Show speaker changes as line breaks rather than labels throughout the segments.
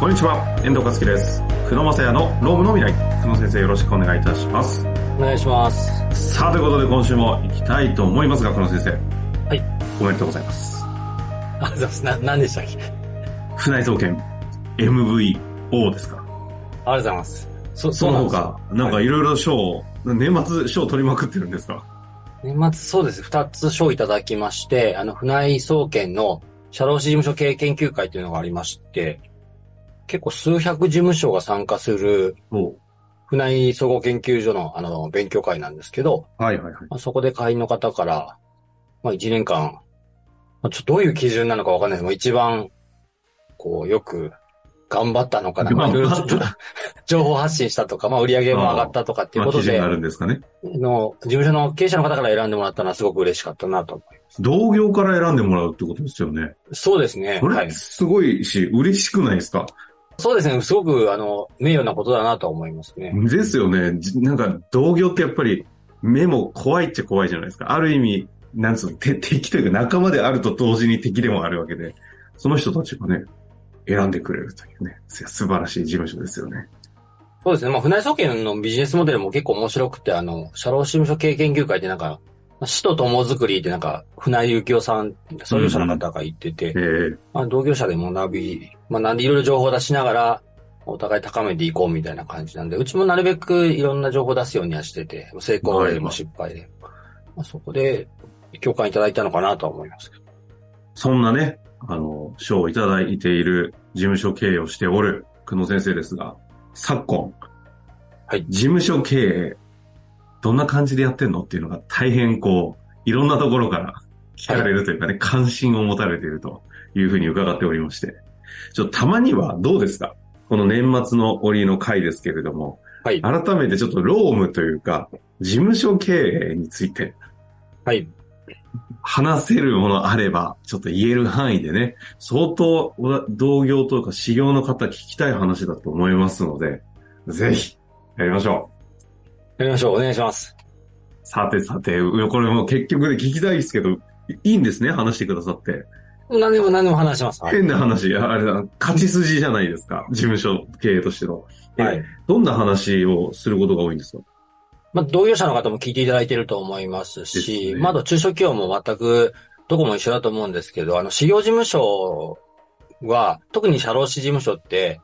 こんにちは、遠藤和樹です。久野正也のロームの未来。久野先生よろしくお願いいたします。
お願いします。
さあ、ということで今週も行きたいと思いますが、久野先生。
はい。
おめでとうございます。
あざっす、な、何でしたっけありが
船井総研 MVO ですか
とうございます。そ、
その
なんですよ
他、なんかいろいろ賞を、年末賞取りまくってるんですか
年末そうです。二つ賞いただきまして、あの、船井総研の社労士事務所経営研究会というのがありまして、結構数百事務所が参加する
お
船井総合研究所のあの、勉強会なんですけど、
はいはいはい。
まあ、そこで会員の方から、まあ一年間、まあ、ちょっとどういう基準なのかわかんないです。まあ、一番、こう、よく頑張ったのかな。まあいろいろちょっ
頑
と
張
情報発信したとか、まあ売り上げも上がったとかっていう
まあ、
こと
基準
で、
があるんですかね。
の、事務所の経営者の方から選んでもらったのはすごく嬉しかったなと思いま
同業から選んでもらうってことですよね。
す。そうですね。
こ
は
れ
い。
すごいし、嬉しくないですか
そうですね。すごく、あの、名誉なことだなとは思いますね。
ですよね。じなんか、同業ってやっぱり、目も怖いっちゃ怖いじゃないですか。ある意味、なんつうの、て敵というか仲間であると同時に敵でもあるわけで、その人たちがね、選んでくれるというね、す素晴らしい事務所ですよね。
そうですね。まあ、船井総研のビジネスモデルも結構面白くて、あの、社労士事務所経営研究会でなんか、まあ死と友づくりってなんか、船井幸雄さん、創業者の方が言ってて、
ええ
まあ、同業者で学び、まあ、なんでいろいろ情報を出しながら、お互い高めていこうみたいな感じなんで、うちもなるべくいろんな情報を出すようにはしてて、成功例も失敗でも、まあ、そこで共感いただいたのかなとは思いますけど。
そんなね、あの、賞をいただいている事務所経営をしておる久野先生ですが、昨今、
はい
事務所経営、どんな感じでやってんのっていうのが大変こう、いろんなところから聞かれるというかね、関心を持たれているというふうに伺っておりまして、ちょっとたまにはどうですかこの年末の折の回ですけれども、
はい
改めてちょっとロームというか、事務所経営について
はい。
話せるものあれば、ちょっと言える範囲でね、相当同業というか修行の方聞きたい話だと思いますので、ぜひやりましょう。
やりましょう。お願いします。
さてさて、うこれもう結局ね、聞きたいですけど、いいんですね、話してくださって。
何でも何でも話します。はい。
変な話、ああれだ、勝ち筋じゃないですか、事務所経営としての。
はい
どんな話をすることが多いんですか
まあ、同業者の方も聞いていただいていると思います
で
し、
すね
まあ、あと中小企業も全くどこも一緒だと思うんですけど、あの、事業事務所は、特に社労士事務所って、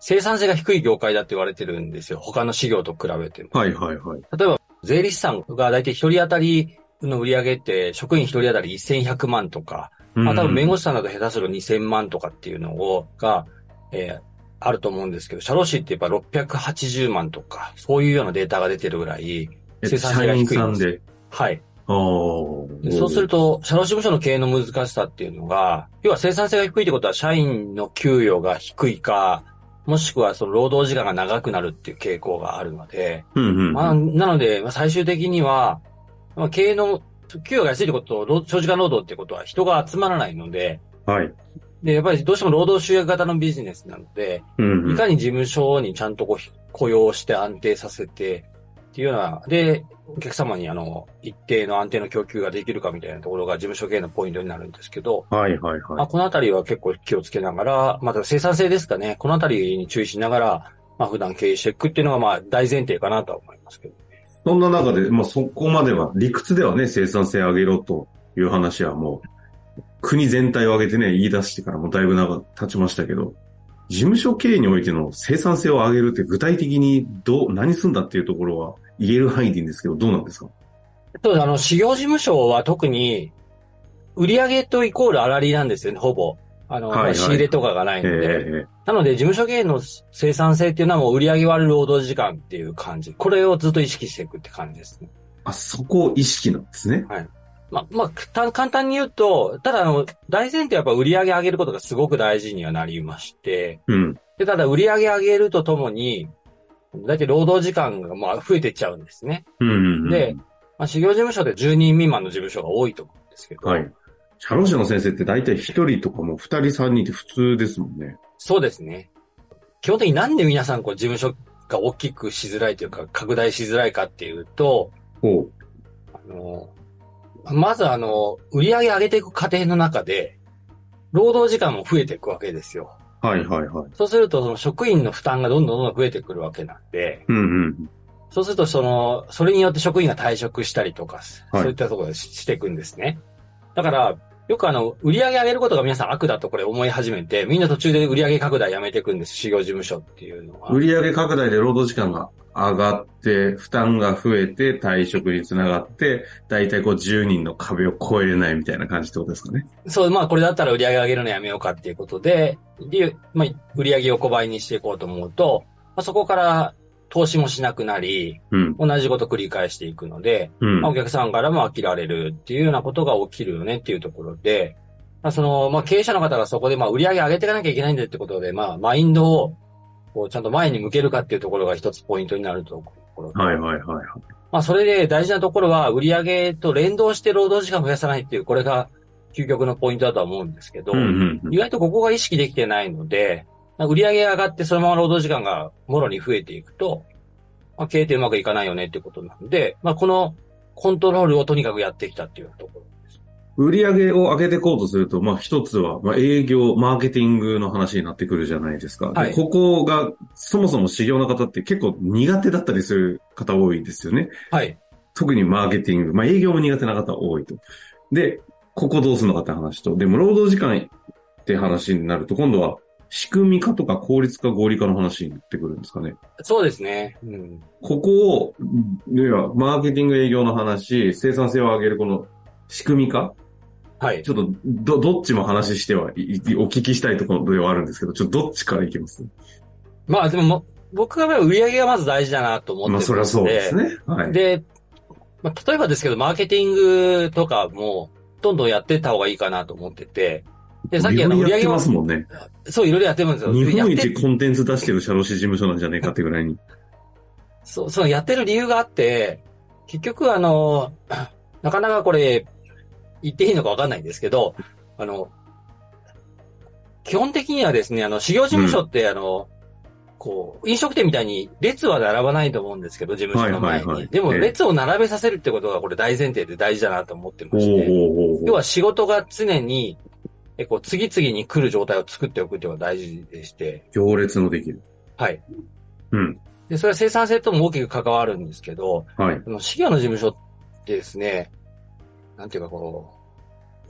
生産性が低い業界だって言われてるんですよ。他の事業と比べても。
はいはいはい。
例えば、税理士さんが大体一人当たりの売り上げって、職員一人当たり1100万とか、まあ、多分弁護士さんだと下手すると2000万とかっていうのを、が、えーあると思うんですけど、社労士ってやっぱ680万とか、そういうようなデータが出てるぐらい、
え
生産性が低いんです
社員さんで。
はい。
あー
でそうすると、社労士事務所の経営の難しさっていうのが、要は生産性が低いってことは、社員の給与が低いか、もしくはその労働時間が長くなるっていう傾向があるので、
うんうんうん。
まあ、なので、まあ最終的には、まあ経営の、給与が安いってこと、労長時間労働ってことは人が集まらないので、
はい。
で、やっぱりどうしても労働集約型のビジネスなので、
うんうん
いかに事務所にちゃんとこう雇用して安定させて、っていうような、で、お客様にあの、一定の安定の供給ができるかみたいなところが事務所経営のポイントになるんですけど、
はいはいはい
まあ、。このあたりは結構気をつけながら、また生産性ですかね、このあたりに注意しながら、まあ普段経営していくっていうのがまあ大前提かなとは思いますけど。
そんな中で、まあ、そこまでは、理屈ではね、生産性上げろという話はもう、国全体を上げてね、言い出してからもうだいぶ長く経ちましたけど、事務所経営においての生産性を上げるって具体的にどう、何すんだっていうところは言える範囲でいいんですけど、どうなんですか
そうですあの、事業事務所は特に、売上とイコール粗利なんですよね、ほぼ。あの、
はいはい
仕入れとかがない
ええ
ので。なので、事務所経営の生産性っていうのはもう売上割る労働時間っていう感じ。これをずっと意識していくって感じですね。
あ、そこを意識なんですね。
まあ、まあ、た簡単に言うと、ただあの、大前提はやっぱ売上上げることがすごく大事にはなりまして、
うん。
で、ただ売上上げるとともに、だいたい労働時間がまあ増えてっちゃうんですね。
うんうん、うん。
で、まあ、事業事務所で10人未満の事務所が多いと思うんですけど、
はい。社労士の先生って大体一人とかも二人三人って普通ですもんね。
そうですね。基本的になんで皆さんこう事務所が大きくしづらいというか拡大しづらいかっていうと、
ほう。
あの、まずあの、売り上げ上げていく過程の中で、労働時間も増えていくわけですよ。
はいはいはい。
そうすると、その職員の負担がどんどんどんどん増えてくるわけなんで、
うんうん。
そうすると、その、それによって職員が退職したりとか、
はい
そういったところでししていくんですね。だから、よくあの、売り上げ上げることが皆さん悪だとこれ思い始めて、みんな途中で売り上げ拡大やめていくんです、修行事務所っていうのは。
売上拡大で労働時間が上がって、負担が増えて、退職につながって、だいたいこう10人の壁を超えれないみたいな感じってことですかね。
そう、まあこれだったら売り上げ上げるのやめようかっていうことで、で、まあ売り上げを横ばいにしていこうと思うと、まあ、そこから投資もしなくなり、
うん。
同じこと繰り返していくので、
うん
まあ、お。客さんからも飽きられるっていうようなことが起きるよねっていうところで、まあ、その、まあ、経営者の方がそこで、まあ、売り上げ上げていかなきゃいけないんだってことで、まあ、マインドを、こう、ちゃんと前に向けるかっていうところが一つポイントになるところ。
はいはいはい。
まあ、それで大事なところは、売り上げと連動して労働時間を増やさないっていう、これが究極のポイントだとは思うんですけど、
うんうんうん
意外とここが意識できてないので、売り上げが上がってそのまま労働時間がもろに増えていくと、まあ、経営ってうまくいかないよねってことなんで、まあ、このコントロールをとにかくやってきたっていうところ。
売り上げを上げていこうとすると、まあ一つは、まあ営業、マーケティングの話になってくるじゃないですか。で
はい
ここが、そもそも修行の方って結構苦手だったりする方多いですよね。
はい。
特にマーケティング、まあ営業も苦手な方多いと。で、ここどうするのかって話と、でも労働時間って話になると、今度は仕組み化とか効率化合理化の話になってくるんですかね。
そうですね。うん。
ここを、いや、マーケティング営業の話、生産性を上げるこの仕組み化
はい。
ちょっと、ど、どっちも話してはいいお聞きしたいところではあるんですけど、ちょっとどっちからいきます
まあ、でもも、僕がやっぱり売り上げがまず大事だなと思って
まあ、それはそうですね。はい。
で、まあ、例えばですけど、マーケティングとかも、どんどんやってった方がいいかなと思ってて、で、さっきあの、
い
売
ろいろや
り上
っ
げ
て
を
ますもんね。
そう、いろいろやってるんですよ。
日
やっ
本
て
一コンテンツ出してる社労士事務所なんじゃねえかってぐらいに。
そう、そのやってる理由があって、結局あの、 なかなかこれ、言っていいのかわかんないんですけど、あの、基本的にはですね、あの、修行事務所って、あの、こう、飲食店みたいに列は並ばないと思うんですけど、事務所の前に。
はいはいはい
でも、
ええ
列を並べさせるってことがこれ大前提で大事だなと思って
お
ま
ー
して。
おーおー
要
おー
は仕事が常に、え、こう、次々に来る状態を作っておくっていうのが大事でして、
行列のできる。
はい。
うん。
で、それは生産性とも大きく関わるんですけど、
はい。
あの、資料の事務所ってですね、なんていうかこ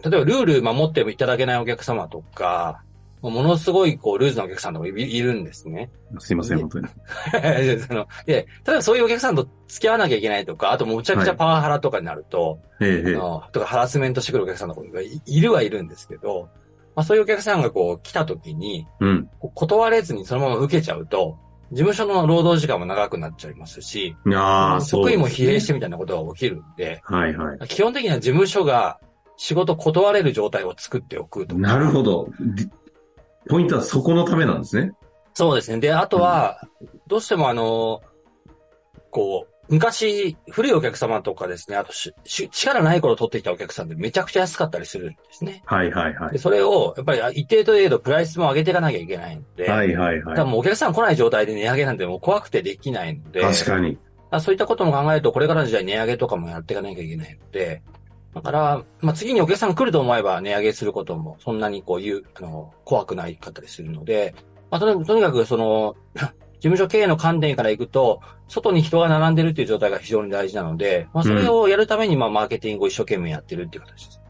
う、例えばルール守ってもいただけないお客様とか、もうものすごいこう、ルーズなお客さんとかいいるんですね。
すいません、本当に。
そので、例えばそういうお客さんと付き合わなきゃいけないとか、あとむちゃくちゃパワハラとかになると、
ええええ
あのとかハラスメントしてくるお客さんとかがいいるはいるんですけど、まあそういうお客さんがこう来た時に、
うん。
こう断れずにそのまま受けちゃうと、事務所の労働時間も長くなっちゃいますし、
ああ、そう
職
ですね。
員も疲弊してみたいなことが起きるんで、
はいはい。
基本的には事務所が仕事断れる状態を作っておくと。
なるほど。でポイントはそこのためなんですね。
そうですね。で、あとは、どうしてもあの、こう、昔、古いお客様とかですね、あとし、し力ない頃取ってきたお客さんでめちゃくちゃ安かったりするんですね。
はいはいは
でそれを、やっぱりあ一定程度プライスも上げていかなきゃいけないので、
い。はいはい
多
はい。
分もうお客さん来ない状態で値上げなんてもう怖くてできないので、
確かに。
まあそういったことも考えると、これからの時代値上げとかもやっていかなきゃいけないので、だから、まあ、次にお客さん来ると思えば値上げすることもそんなにこういう、あの、怖くないかったりするので、まあ、とにとにかくその、 事務所経営の観点からいくと、外に人が並んでるっていう状態が非常に大事なので、まあ、それをやるために、まあ、マーケティングを一生懸命やってるっていう形です。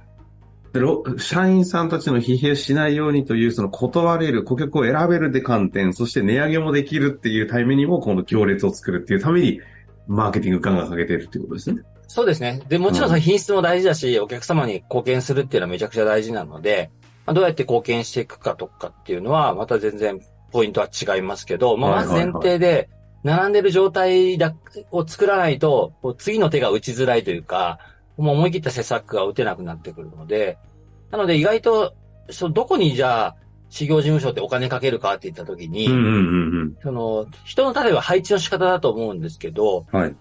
でろ社員さんたちの疲弊しないようにという、その断れる、顧客を選べるで観点、そして値上げもできるっていうタイミングにも、この行列を作るっていうために、マーケティングガンガンかけてるっていうことですね。
そうですね。で、もちろんその品質も大事だし、お客様に貢献するっていうのはめちゃくちゃ大事なので、まあ、どうやって貢献していくかとかっていうのは、また全然ポイントは違いますけど、まあ、
は
ま
い
ず
はいは
前
い
提で、並んでる状態だを作らないと、こう次の手が打ちづらいというか、もう思い切った施策が打てなくなってくるので、なので意外と、そうどこにじゃあ、修行事務所ってお金かけるかって言った時に、
うんうんうんうん。
その、人の例えば配置の仕方だと思うんですけど、
はい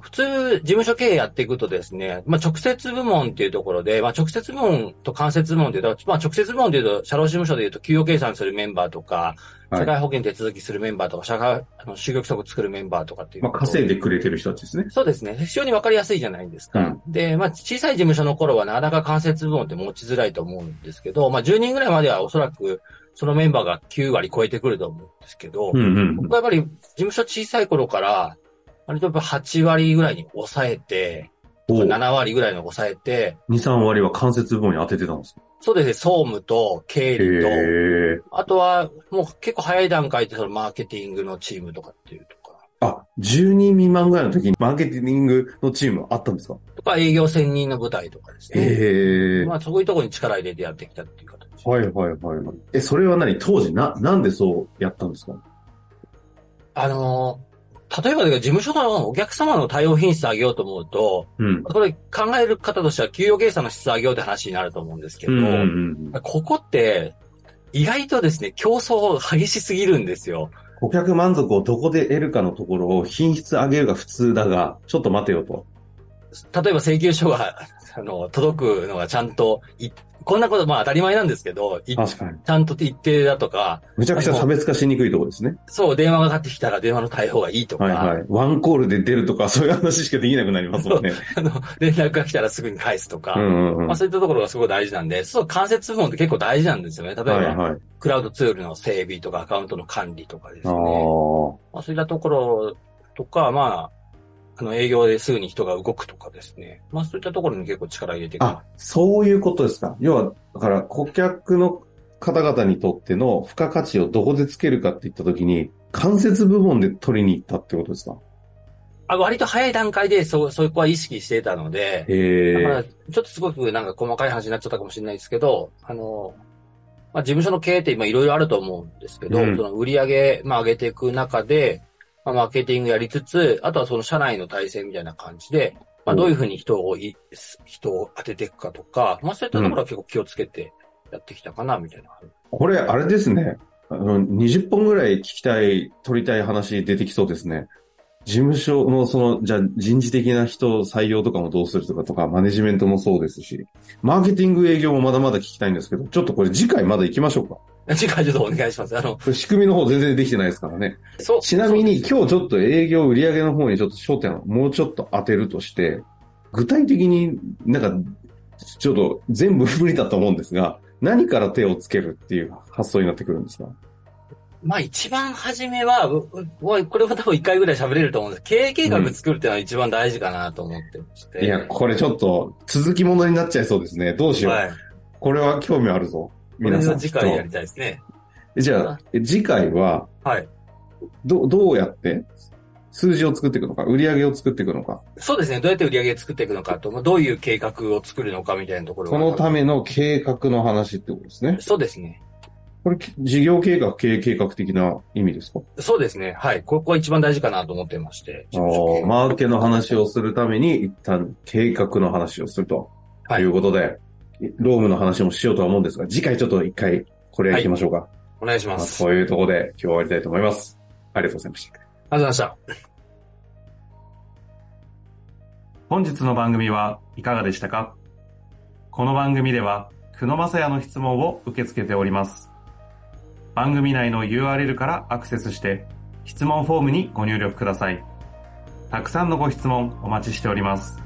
普通、事務所経営やっていくとですね、まあ、直接部門っていうところで、まあ、直接部門と間接部門でいうと、まあ、直接部門でいうと、社労士事務所でいうと、給与計算するメンバーとか、
はい
社会保険手続きするメンバーとか、社会、あの、就業規則作るメンバーとかっていう。
まあ、稼いでくれてる人たちですね。
そうですね。非常にわかりやすいじゃないですか。で、まあ、小さい事務所の頃はなかなか間接部門って持ちづらいと思うんですけど、まあ、10人ぐらいまではおそらくそのメンバーが9割超えてくると思うんですけ
う
ど、
んうん。
僕はやっぱり事務所小さい頃から、割とやっぱ8割ぐらいに抑えて、
おう2、
7割ぐらいの抑えて、
3割は関節部門に当ててたんですか
そうですね、総務と経
へ
理と、
え。
あとはもう結構早い段階でそのマーケティングのチームとかっていうとか、
あ、10人未満ぐらいの時にマーケティングのチームあったんですか
とか営業専任の舞台とかですね。
へえ。
まあそういうところに力入れてやってきたっていう形。
はいはいはいはい。え、それは何当時な、なんでそうやったんですか
あのー例えばだけど事務所のお客様の対応品質上げようと思うと、
うん。
これ考える方としては給与計算の質上げようって話になると思うんですけ
う
ど、
んうんうん。
ここって、意外とですね、競争激しすぎるんですよ。
顧客満足をどこで得るかのところを品質上げるが普通だが、ちょっと待てよと。
例えば請求書が、 あの、届くのがちゃんとい、こんなこと、まあ当たり前なんですけど、いち
確かに。
ゃんと一定だとか、
むちゃくちゃ差別化しにくいところですね。
そう、電話がかかってきたら電話の対応がいいとか、
はいはい。ワンコールで出るとか、そういう話しかできなくなります もんね。
あの、連絡が来たらすぐに返すとか、
うんうんうん。
まあ
は
そういったところがすごい大事なんで、そう、間接部門って結構大事なんですよね。例えば、
いはい。
クラウドツールの整備とかアカウントの管理とかです
ああ
ね。
ー。
まあ、そういったところとか、まあ、あの、営業ですぐに人が動くとかですね。まあ、そういったところに結構力入れていく
あ、そういうことですか。要は、だから顧客の方々にとっての付加価値をどこでつけるかって言ったときに、関節部門で取りに行ったってことですか
あ割と早い段階で、そう、そこは意識してたので、
へ
だ
え。
からちょっとすごくなんか細かい話になっちゃったかもしれないですけど、あの、まあ、事務所の経営って今いろいろあると思うんですけど、
うん
その売り上げ、まあ、上げていく中で、まあ、マーケティングやりつつ、あとはその社内の体制みたいな感じで、まあ、どういうふうに人をい、人を当てていくかとか、まあ、そういったところは結構気をつけてやってきたかな、みたいな。
これ、あれですね。あの、20本ぐらい聞きたい、取りたい話出てきそうですね。事務所のその、じゃあ人事的な人採用とかもどうするとかとか、マネジメントもそうですし、マーケティング営業もまだまだ聞きたいんですけど、ちょっとこれ次回まだ行きましょうか。
次回ちょっとお願いします。あの、
これ仕組みの方全然できてないですからね。
そう。
ちなみに
そうです
今日ちょっと営業売上の方にちょっと焦点をもうちょっと当てるとして、具体的になんかちょっと全部無理だと思うんですが、何から手をつけるっていう発想になってくるんですか
まあ一番初めは、うううこれも多分一回ぐらい喋れると思うんです経営計画作るっていうのは一番大事かなと思ってまして。
いや、これちょっと続きものになっちゃいそうですね。どうしよう。
はい。こ
これは興味あるぞ。
れ
皆さ
は
ん。
次回やりたいですね。
きっとじゃあ、え次回は
はい。
どどうやって数字を作っていくのか、売上を作っていくのか、
そうですね。どうやって売り上げ作っていくのかと、まあどういう計画を作るのかみたいなところ
そのた
め。
めの計画の話ってことですね。
そうですね。
これ、事業計画、経営計画的な意味ですか
そうですね。はい。ここは一番大事かなと思ってまして。
おーマーケの話をするために、一旦計画の話をすると。
はい
いうことで、ロームの話もしようとは思うんですが、次回ちょっと一回これ行きましょうか。
お願いしま
まあ
す。あ
そういうところで今日は終わりたいと思います。ありがとうございました。
りがとうございました。
本日の番組はいかがでしたかこの番組では、久野正也の質問を受け付けております。番組内の URL からアクセスして、質問フォームにご入力ください。たくさんのご質問お待ちしております。